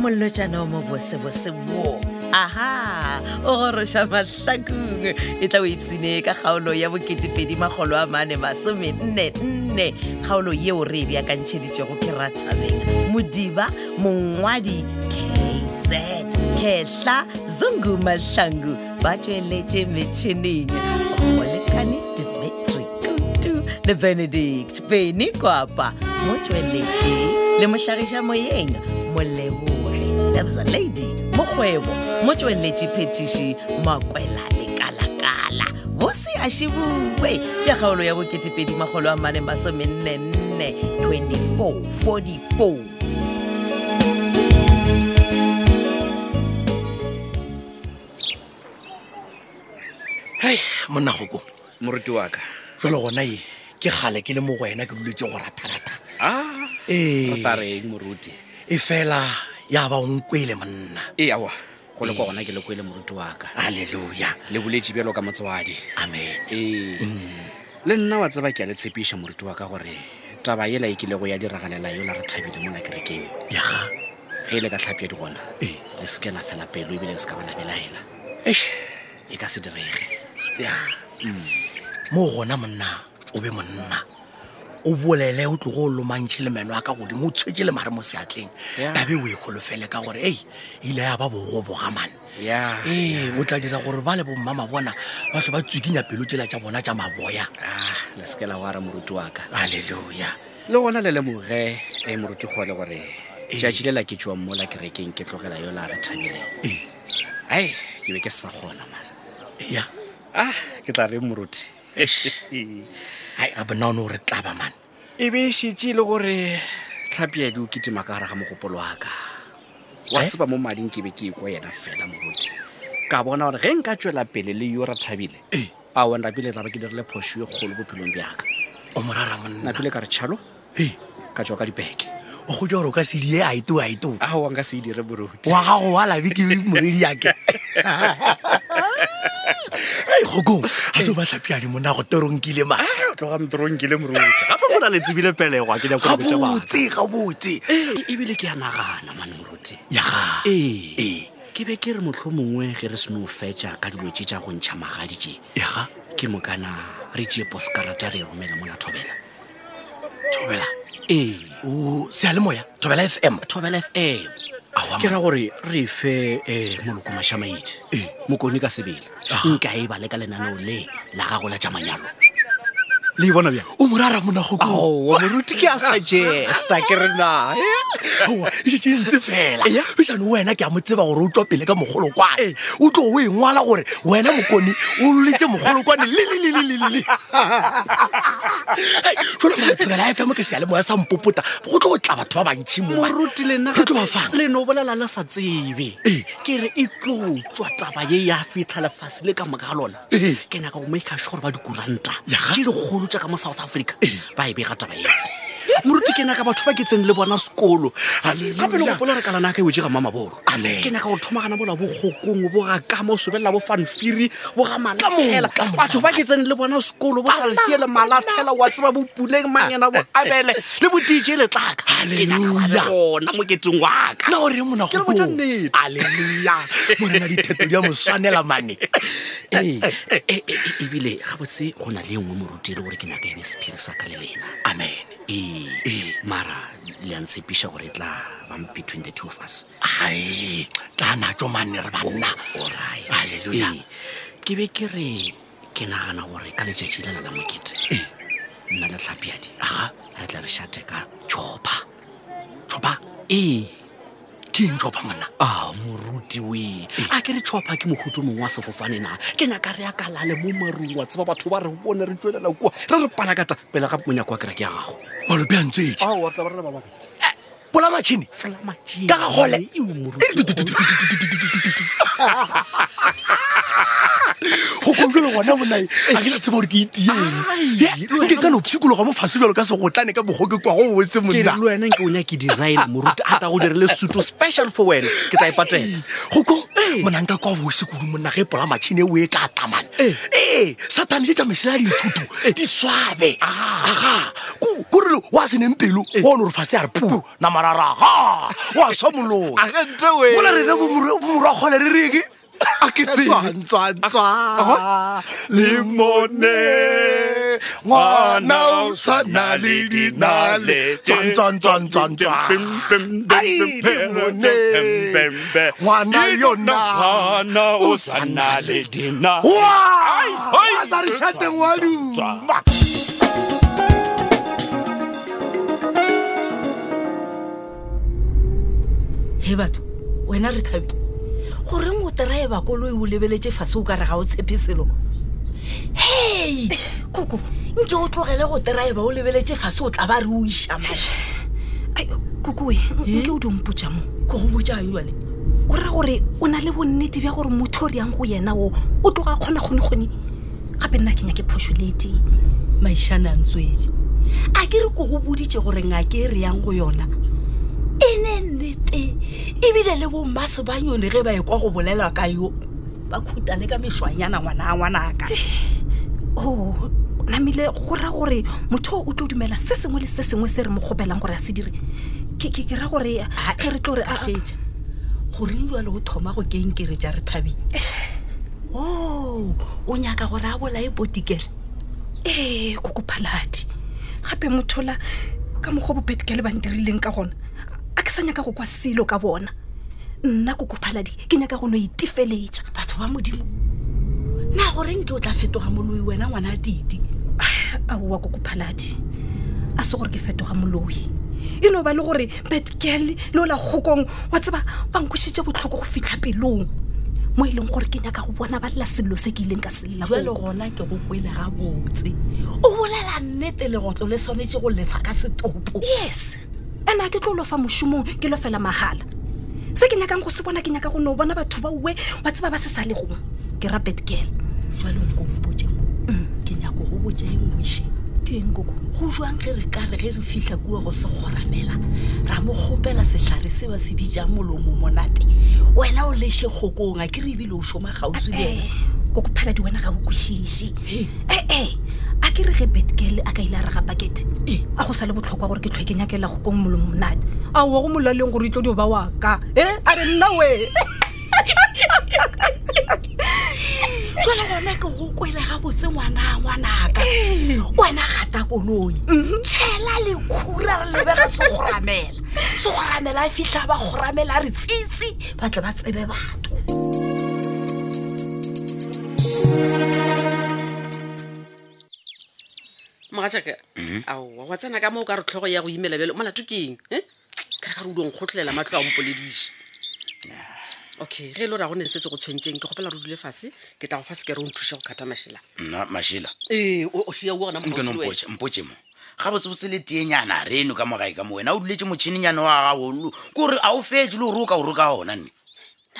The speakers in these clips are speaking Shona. mollotjana o mobosebose wo aha o goroša mahlakong e tla o ipsine ka kgaolo ya boketepedi magolo a mane masomennenne kgaolo yeo re e beakantšheditšwego ke ratabeng modiba mongwadi kz kehla zungu mahlangu ba tsweletše metšhineng golekane dimetri kutu le benedict beny kwapa mo tsweletše le mohlagiša moyeng moleboge lebza lady mokgwebo mo tsweletše phetiši makwela lekalakala bose a shibue ya kgaolo ya boketepedi magolo a mane masomennenne 24 44 hei monna goko moruti wa ka jalo gona e ke gale ke le mo go wena ke duletse go ratharata a ee tareng moruti e fela ya ba o nkwele monna e awa go le kwa gona ke le kwele moruti wa ka halleluja le boletše bjalo ka motswadi amen ee le nna wa tseba ke a le tshepiša moruti wa ka gore taba yela e kile go ya diragalela yola re thabile mola kerekeng yaga ge e le ka tlhapia di gona Ee. le seke la fela pelo ebile le se ka bona belaela eish e ka se direge ya Mm. mo gona monna o be monna o bolele o tlogo o lomantšhe le meno a ka godimo o tshwetse le mare mo seatleng Ya. tabe o e golofele ka gore ei ile ya ba bogobogamane ya ee o tla dira gore ba le bommama bona ba tlho ba tswikinya pelo tsela tša bona tša maboya ah le seke la wara moruti wa ka halleluja le gona le lemoge e moruti kgole gore tšatši le la ke tswang mola kerekeng ke tlogela yola a re thabileng ee ai ke be ke se sa kgona mala ya ah ke tla re moruti hai a bonaone gore tlaba mane e be e šetse e le gore tlhapiadi o ketima ka gare ga mogopolo wa ka wa Eh? tseba mo mading ke be ke ekwa yena fela moruti ka bona gore ge nka tswela pele le yo rathabile Ee. a wan rapile tla ba ke dirile phoso e kgolo bophelong bjaka o morara monna napile ka re tšhalo ee ka tswa ka dibeke o go ja gore o ka sedie a ito a ito ao nka se e dire moruti wa gago wa labe ke moredi yake ai kgokong ga se o batlhapiane mona go toronkile ma o tloga mtoronkile moruti gape go na letsebile pelegwa ke nyakoaboe gabotse gabotse Ee, ebile ke a nagana mane moruti yaga ee ee ke be ke re motlho mongwe ge re seno fetša ka dilo tše tša go ntšha magadi tše yaga ke mokana re tšee poskarata re e romela mola thobela thobela ee o sealemoya thobela fm thobela fm Aowa, ke ra gore re fe um moloko mašamaite Ee. mokone ka sebele Aga. nka e bale ka lenaneo le la gago la tša manyalo le e bona bjang o morara mona gokong aowa moruti ke a sa jesta ke re nae aowa ešee ntse fela Eya. ešane wena ke a mo tseba gore o tswa pele ka mogolokwane o tlo o e ngwala gore wena mokone o letse mogolokwane lelelelelele jolo mathobela fm ke seale moya sa mpopota go tlo go tla batho ba bantšhi moa moruti lena Re tlo ba fang? leno bolela le sa tsebe Ee. ke re e tlo tswa taba ye ya fitlha lefase le ka moka ga lona Ee. ke nyaka go makeasure gore ba dikuranta Yaga. tše dikgolo tja ka mo south africa Ee. ba e bega taba eo moruti ke nyaka batho ba ke tseng le bona sekolo Hallelujah. gape le gopola re kalana ka e wetse ga mamabolo Amen. ke nyaka go thomagana bola bokgokong bo ga kama o sobelela bo fanfiri bo ga malatlhela ka moo, batho ka ba ke tseng le bona sekolo bo salfie le malatlhela wa tseba bo puleng manyana bo abele le bo dj letlaka Ke nyaka ba le Hallelujah. gona moketeng wa ka na e ore mona Ke le botša nnete. aleluya morena ditheto di a mo swanela mane Ee, e- e- e- ebile gabotse go na le e nngwe moruti e le gore ke nyaka ebe sephiri sa ka le lena amen ee mara le a ntshepiša gore e tla bang between the two of us ai tla natso mane re banna Alright. Hallelujah. Ee, ke be ke re ke nagana gore ka letšatši lela la mokete Ee. nna le tlhapiadi aga re tla re shate ka tšhopa tšhopa ee ke eng Ee. tšhopa monna a moruti we a ke re tšhopha ke mohuto mongwe wa sefofane na ke nyaka re akalale mo marung wa tseba batho ba re bone re tswelela kua re re palakata pele ga monyako wa kera ke ya gago malope a ntse e etse pola matšhini felamatšhi Ka ga Ee, Ee, gole. go komjalo gona bonae a ke sa tseba gore ke Ai, itieng le wena nke e ka no pshikologa mo fase jalo ka segotlane ka bogoke kwa go botse ke re le monna wena nke o nyake design moruti a ta go dirile sesuto special for wena ke tla e patela gokong Ee. mona nka kwa bose kudu monna ge pola matšhine o e ka tamana Ee. ee satane le tsa mesela ya dintšhuto di swabe Ah. aga korele oa seneng pelo Ee. one gore fase a re pu namararaga oa swa A ge nte wee. molomola rena bomorwa kgole re reke a ke tswantswantswa le mone ngwana o sa na le dinale tswantswantswantswantswa ai le mone ngwana yona o sa na le dinale wa tsa re šhateng wa duma he batho wena re thabile goreng o tereba koloi o lebeletse fase o ka re ga o tshepe selo hei koko nke o tlogele go tereba o lebeletse fase o tla ba re o išamaš Ai, kukuwe Eh? nke o dompotsa mo ko go botjang jale o ra gore o na le bonnete bja gore motho o reyang go yena o o tloga a kgona kgonekgone gape nna kenya ke phoso le tee maišane a ntswedi a ke re ko go boditse gore ngake e re yang go yona e ne nnete ebile le bommasebanyone ge ba e kwa go bolela ka yo ba khutane ka mešwanyana ngwana a ngwanaka o Oh, namile go ra gore motho o tlo dumela se sengwe le se sengwe se re mo gopelang gore a se dire ke ke- ke ra gore Ha, ge re tlo re a- a- fetša goreng jale o thoma go keng kere ja re thabeng o o nyaka gore a bolae potikele ee kokophaladi gape motho la ka mokgwa bopetike le bantirileng ka gona a ke sa nyaka go kwa selo ka bona nna kokophaladi ke nyaka go no itefeletša batho ba modimo na goreng ke o tla fetoga moloi wena ngwana a titi aowa kokophaladi a se gore ke fetoga moloi e no ba le gore betgale le ola kgokong wa tseba ba nkošitše botlhoko go fitlha pelong mo e leng gore ke nyaka go bona ba lela sello se e ke ileng ka selela jale gona ke go kwele gabotse o bolela nnete legotlo le tshwanetse go lefa ka setopo yes and a ke tlo lofa mošomong ke lo fela mahala se ke nyakang go se bona ke nyaka go ne o bona batho ba uwe wa tseba ba se sa legong ke ra betgale jale nkompotse mo ke nyako go botse e ngwešhe Mm. ke eng koko go jwang ge re kare ge re fitlha kua go se kgoramela ra mo kgopela setlhare se ba se bitsang molomo monate wena o leshe kgokong a ke re ebile o šoma gausi le ena Eh, koko phela di wena ga o kwešiše He. ee a ke re ge betgale a ka ile a raga pakete Ee. a go sa le botlhokwa gore ke tlhwe ke nyakela go kong molomo monate a wa go molaleng gore e tlo dio ba waka e a re nna we jale gona ke go kwele gabotse ngwana ngwanaka wena gata koloi tšhela lekhura re lebega sekgoramela sekgoramela a fitlha ba kgoramela a re tsitsi ba tle ba tsebe batho mogatšaka aowa wa tsena ka moo ka re tlhogo ya go imela bjalo molato ke eng e ka re ka re o di nkgotlhelela matlo a mpolediše okay ge e le gore a gone se se go tshwentseng ke gopela re o dule fase ke tla go fa se ke re o nthusa go kgatha mašela nna mašela ee o sia o gona nke mokgotsi wena. nompotse mpotse mo ga botsebotse le teenyana reno ka mogae ka mo wena o duletse motšhinenyana wa gagolo ke gore a o fetse le o roka o roka ona nne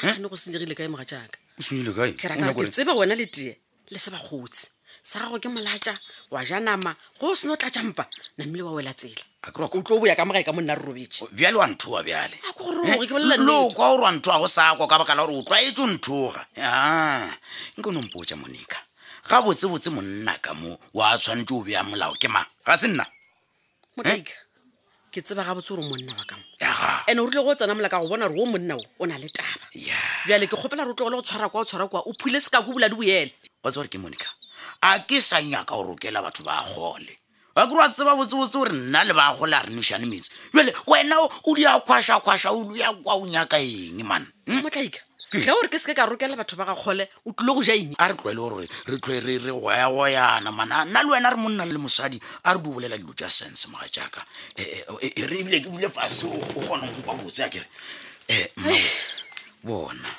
nagane go senyegile kae mogatšaka o senyile kae ke raka ke tseba wena le tee le se bakgotsi sa gago ke molatša wa ja nama go o seno o tlatšampa namile wa wela tsela o tlo o boya ka mogae ka monna re robetse bjale wa nthoa bjale a ke gororoge ke bolela lo nnete kwa gore wa nthoa go sakwa ka baka la gore o tlwaetse o nthoga a nke nompotsa monika ga botsebotse monna ka mo wa tshwanetse o bea molao ke mang ga se nna motaika ke tseba gabotse gore monna wa kamo aga ande o rile go tsena mola ka go bona gore o monna o o na le taba ya bjale ke kgopela re o tlogole go tshwara kwa o tshwara kwa o phule se ka ko bula di boele wa tsa gore ke monica a ke sa nyaka go rokela batho ba gole wa kere wa tseba botsebotse gore nna le ba gole a re nešane metsi jale wena o- o di a kgwaša-kgwaša o di a kwa o nyaka eng man Hm? motlaika ge ore ke seke ka rokela batho ba ga kgole o tlile go ja eng a re tlwaele gore re tlwe re re goyagoyana mana nna le wena re monna le mosadi a re di bolela dilo tja sense Eh, moga jaaka oh, re ebile ke bile fase o o kgona go kwa botse a kere um bona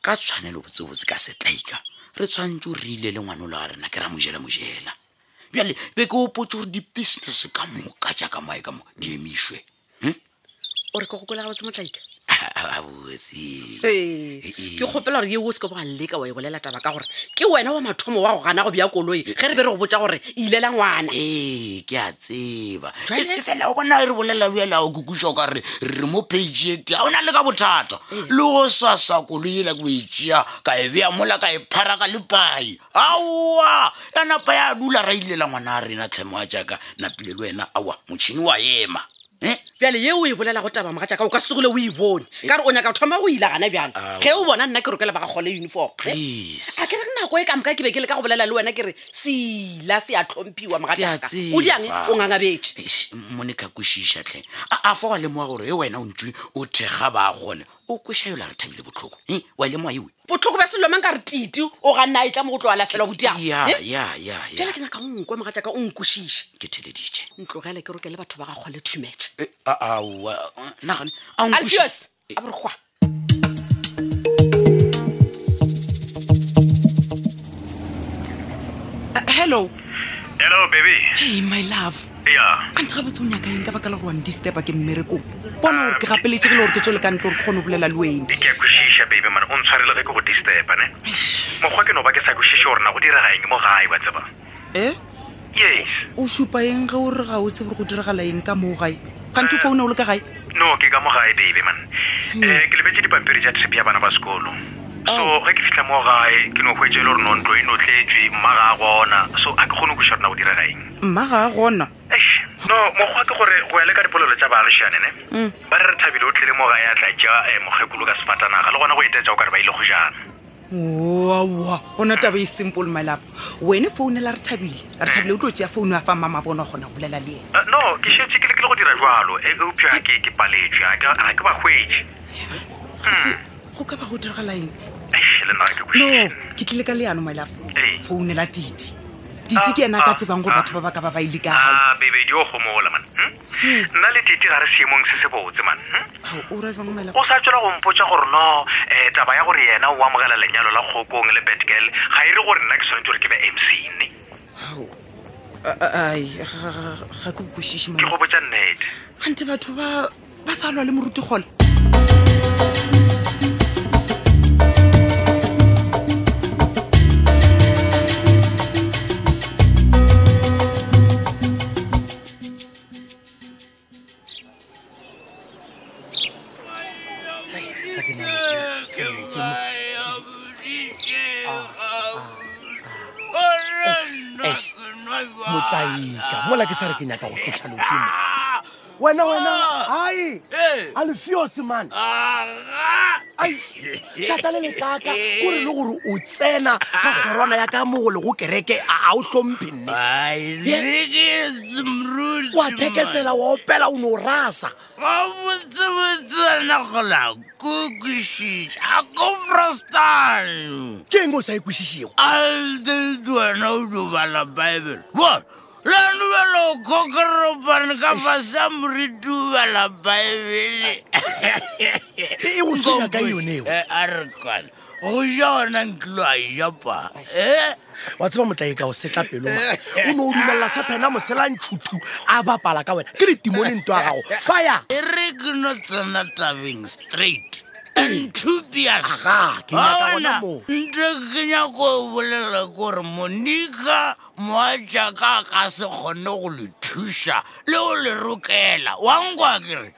ka tshwanelo botsebotse ka setlaika re tshwanetse o rile le ngwane o le wa rena ke ra mojela mojela bjale be ke opotse gore di-business ka moka jaaka mae ka mo di emišwe ore ke gokola gabatse motlaika botse ee ke kgopela gore ye o se ke bo a leka wa e bolela taba ka gore ke wena wa mathomo wa go gana go bea koloi ge re be re go botsa gore ilela ngwana ee ke a tseba Jwale- E- e fela o bona re bolela bjela o kukuša ka re re mo page e ete ga o na le ka bothata le go sasa koloi ela ke o etšea ka e bea mola ka e phara ka lepai aowa ya napa ya dula ra ilela ngwana a rena tlhemo a jaaka napile le wena aowa motšhini wa ema Eh? bjale ye o e bolela go taba moga jaaka o ka segole o e bone ka re o nyaka go thoma go ila gana bjale ge o bona nna ke rokela ba ga kgole uniform eh? please a ke re nako e ka moka ke be ke le ka go bolela le wena ke re sela se a tlhomphiwa moga Ke a jaaka o tseba. diange o ngangabetse Eish, monica kwešišatlhe a fa wa lemoga gore e wena o ntse o thekga ba gole o kwešaela re thabile botlhoko e wa lemoa eo botlhoko ba selomang ka re tite o ga nna e tla mo go tloala fela ya bodiange ya ya ya fela ke nyaka o nkwe moga jaaka o nkwešiše ke theleditše Eh, ntlogele ke rokele batho ba ga kgole tumatch Uh, nagane alfios a Eh. bore gwa hello hello baby hey my love ya kante ga botse o nyaka eng ka baka la gore wan disturba ke mmerekong bona gore ke gapeletse ke le gore ke tswele ka ntle gore ke kgone go bolela le wena e ke a kwešiša baby man o ntshwarele ge ke go disturba ne mokgwa ke no ba ke sa kwešiše gore na go diragaeng mo gae wa tseba e yes o supa eng ge o re ga o tse gore go diragala eng ka moo gae kante o founa o le ka gae no ke ka mo gae baby man Eh, ke lebetse dipampiri tša trip ya bana ba sekolo so ge ke fitlha mo gae ke no hwetse e le gore nontlo e notletswe mma ga a gona so a ke kgone go kweša gore na go diragaeng mma ga a gona Eish, no mokgwa ke gore go ya le ka dipolelo tša baagišane ne ba re re thabile o tlile mo gae a tla tšea um mokgekolo ka sefatanaga le gona go etetša o ka re ba ile go jana oaoa gona taba e simple my love wene foune la re thabile re thabile o tlo tseya founu a fa mama bona gona go bolela le ena Uh, no ke šetse ke lekile go dira jalo e eupša ga ke ke paletswe ga ke- ga ke ba hwetše Ga se- go ka ba go diragala eng Hmm, Eish, le nna ga ke no kwešiše ke tlile ka leano my love Ee. foune la titi titi ke ena a ka Ah, tsebang gore ah, batho ba ba ka ba ba ile kae a bebedi o gomola man hm? Hmm. nna le tete ga re seemong se se botse man hm? o ra jang my love o sa tswela go mpotsa gore no um taba ya gore yena o amogela lenyalo la kgokong le betgal ga e re gore nna ke tshwanetse gore ke be mc ne A- a- ai ga- ga ga- ga ke okwešiše ke go botsa nnete gante batho ba ba sa lwa le moruti kgole motlaika mola ke sa re ke nyaka go tlotlhalo ke mo wena wena ai Eh. alfios man Ah, ai shata le lekaka kore le gore o tsena ka kgorwana ya ka mogole go kereke a a o tlhomphe nne Ah, wa thekesela wa opela o ne o rasa gabotsebotsena gola kokwešiša a ko frostan ke eng o sa e kwešišego Ah, altetwana o dubala baebele bona lanubela o kokoropane ka fasa moritubala baebele e e go tsenya ka yoneo a re kwana go ja ona nkilo a japa e wa tseba motlaeka o setla pelong o Eh. ne o dumelela sathane a moselantšhutu a bapala ka wena ke letimone nto ya gago fire e re ke no tsena tabeng straight E antubias Aha, ke nyaka gona Aona, moo. nte e ke nyako o bolela kore monica moajaka ka se kgone go le thuša le go le rokela wankwa kere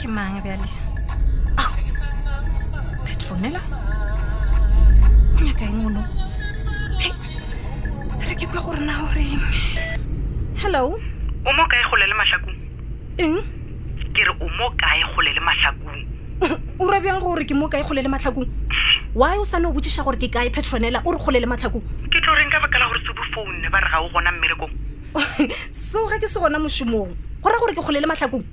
ke mang bjale petronela o nyaka eng ono Hei, re ke kwa gore na o reng hello o mo kae kgole le mahlakong eng ke re o mo kae kgole le mahlakong o ra bjang gore ke mo kae kgole le matlhakong why o sane o botsiša gore ke kae petronela o re kgole le matlhakong ke tlo reng ka baka la gore se bofoune ba re ga o gona mmerekong so ga ke se gona mošomong go raya gore ke kgole le matlhakong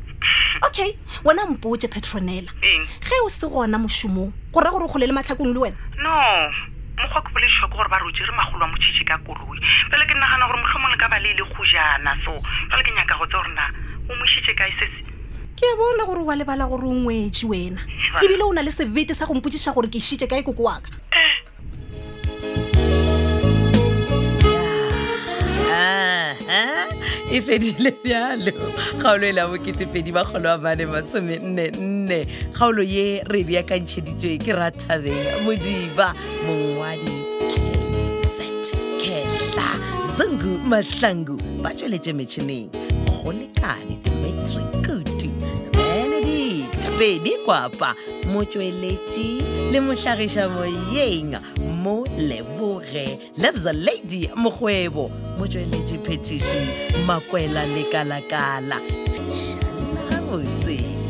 okay wena mpotse petronela Eng? ge o se gona mošomong go raya gore o kgole le matlhakong le wena no mokgwa ke boledišwa ke gore ba re o jere magolo a motšhitšhi ka koloi fele ke nagana gore motlhomong le ka ba le ile go jana so fele ke nyaka go tse gorena o moišitše kae sese ke bona gore wa lebala gore o ngwetse wena ebile o na le sebete sa go mpotsiša gore ke šitše kae koko Eh, waka a aha e fedile bjalo kgaolo e la bokeepedi makgolo a mane masomennenne kgaolo ye re e beakantšheditšwe ke rathabeng modiba mongwadi kz kehla zungu mahlangu ba tšweletše metšhineng go lekane dimetri kutu benedict pedi kwapa motsweletši le mohlagiša moyeng mo leboge lebza lady mokgwebo motsweletši phetiši makwela lekalakala šana gabotse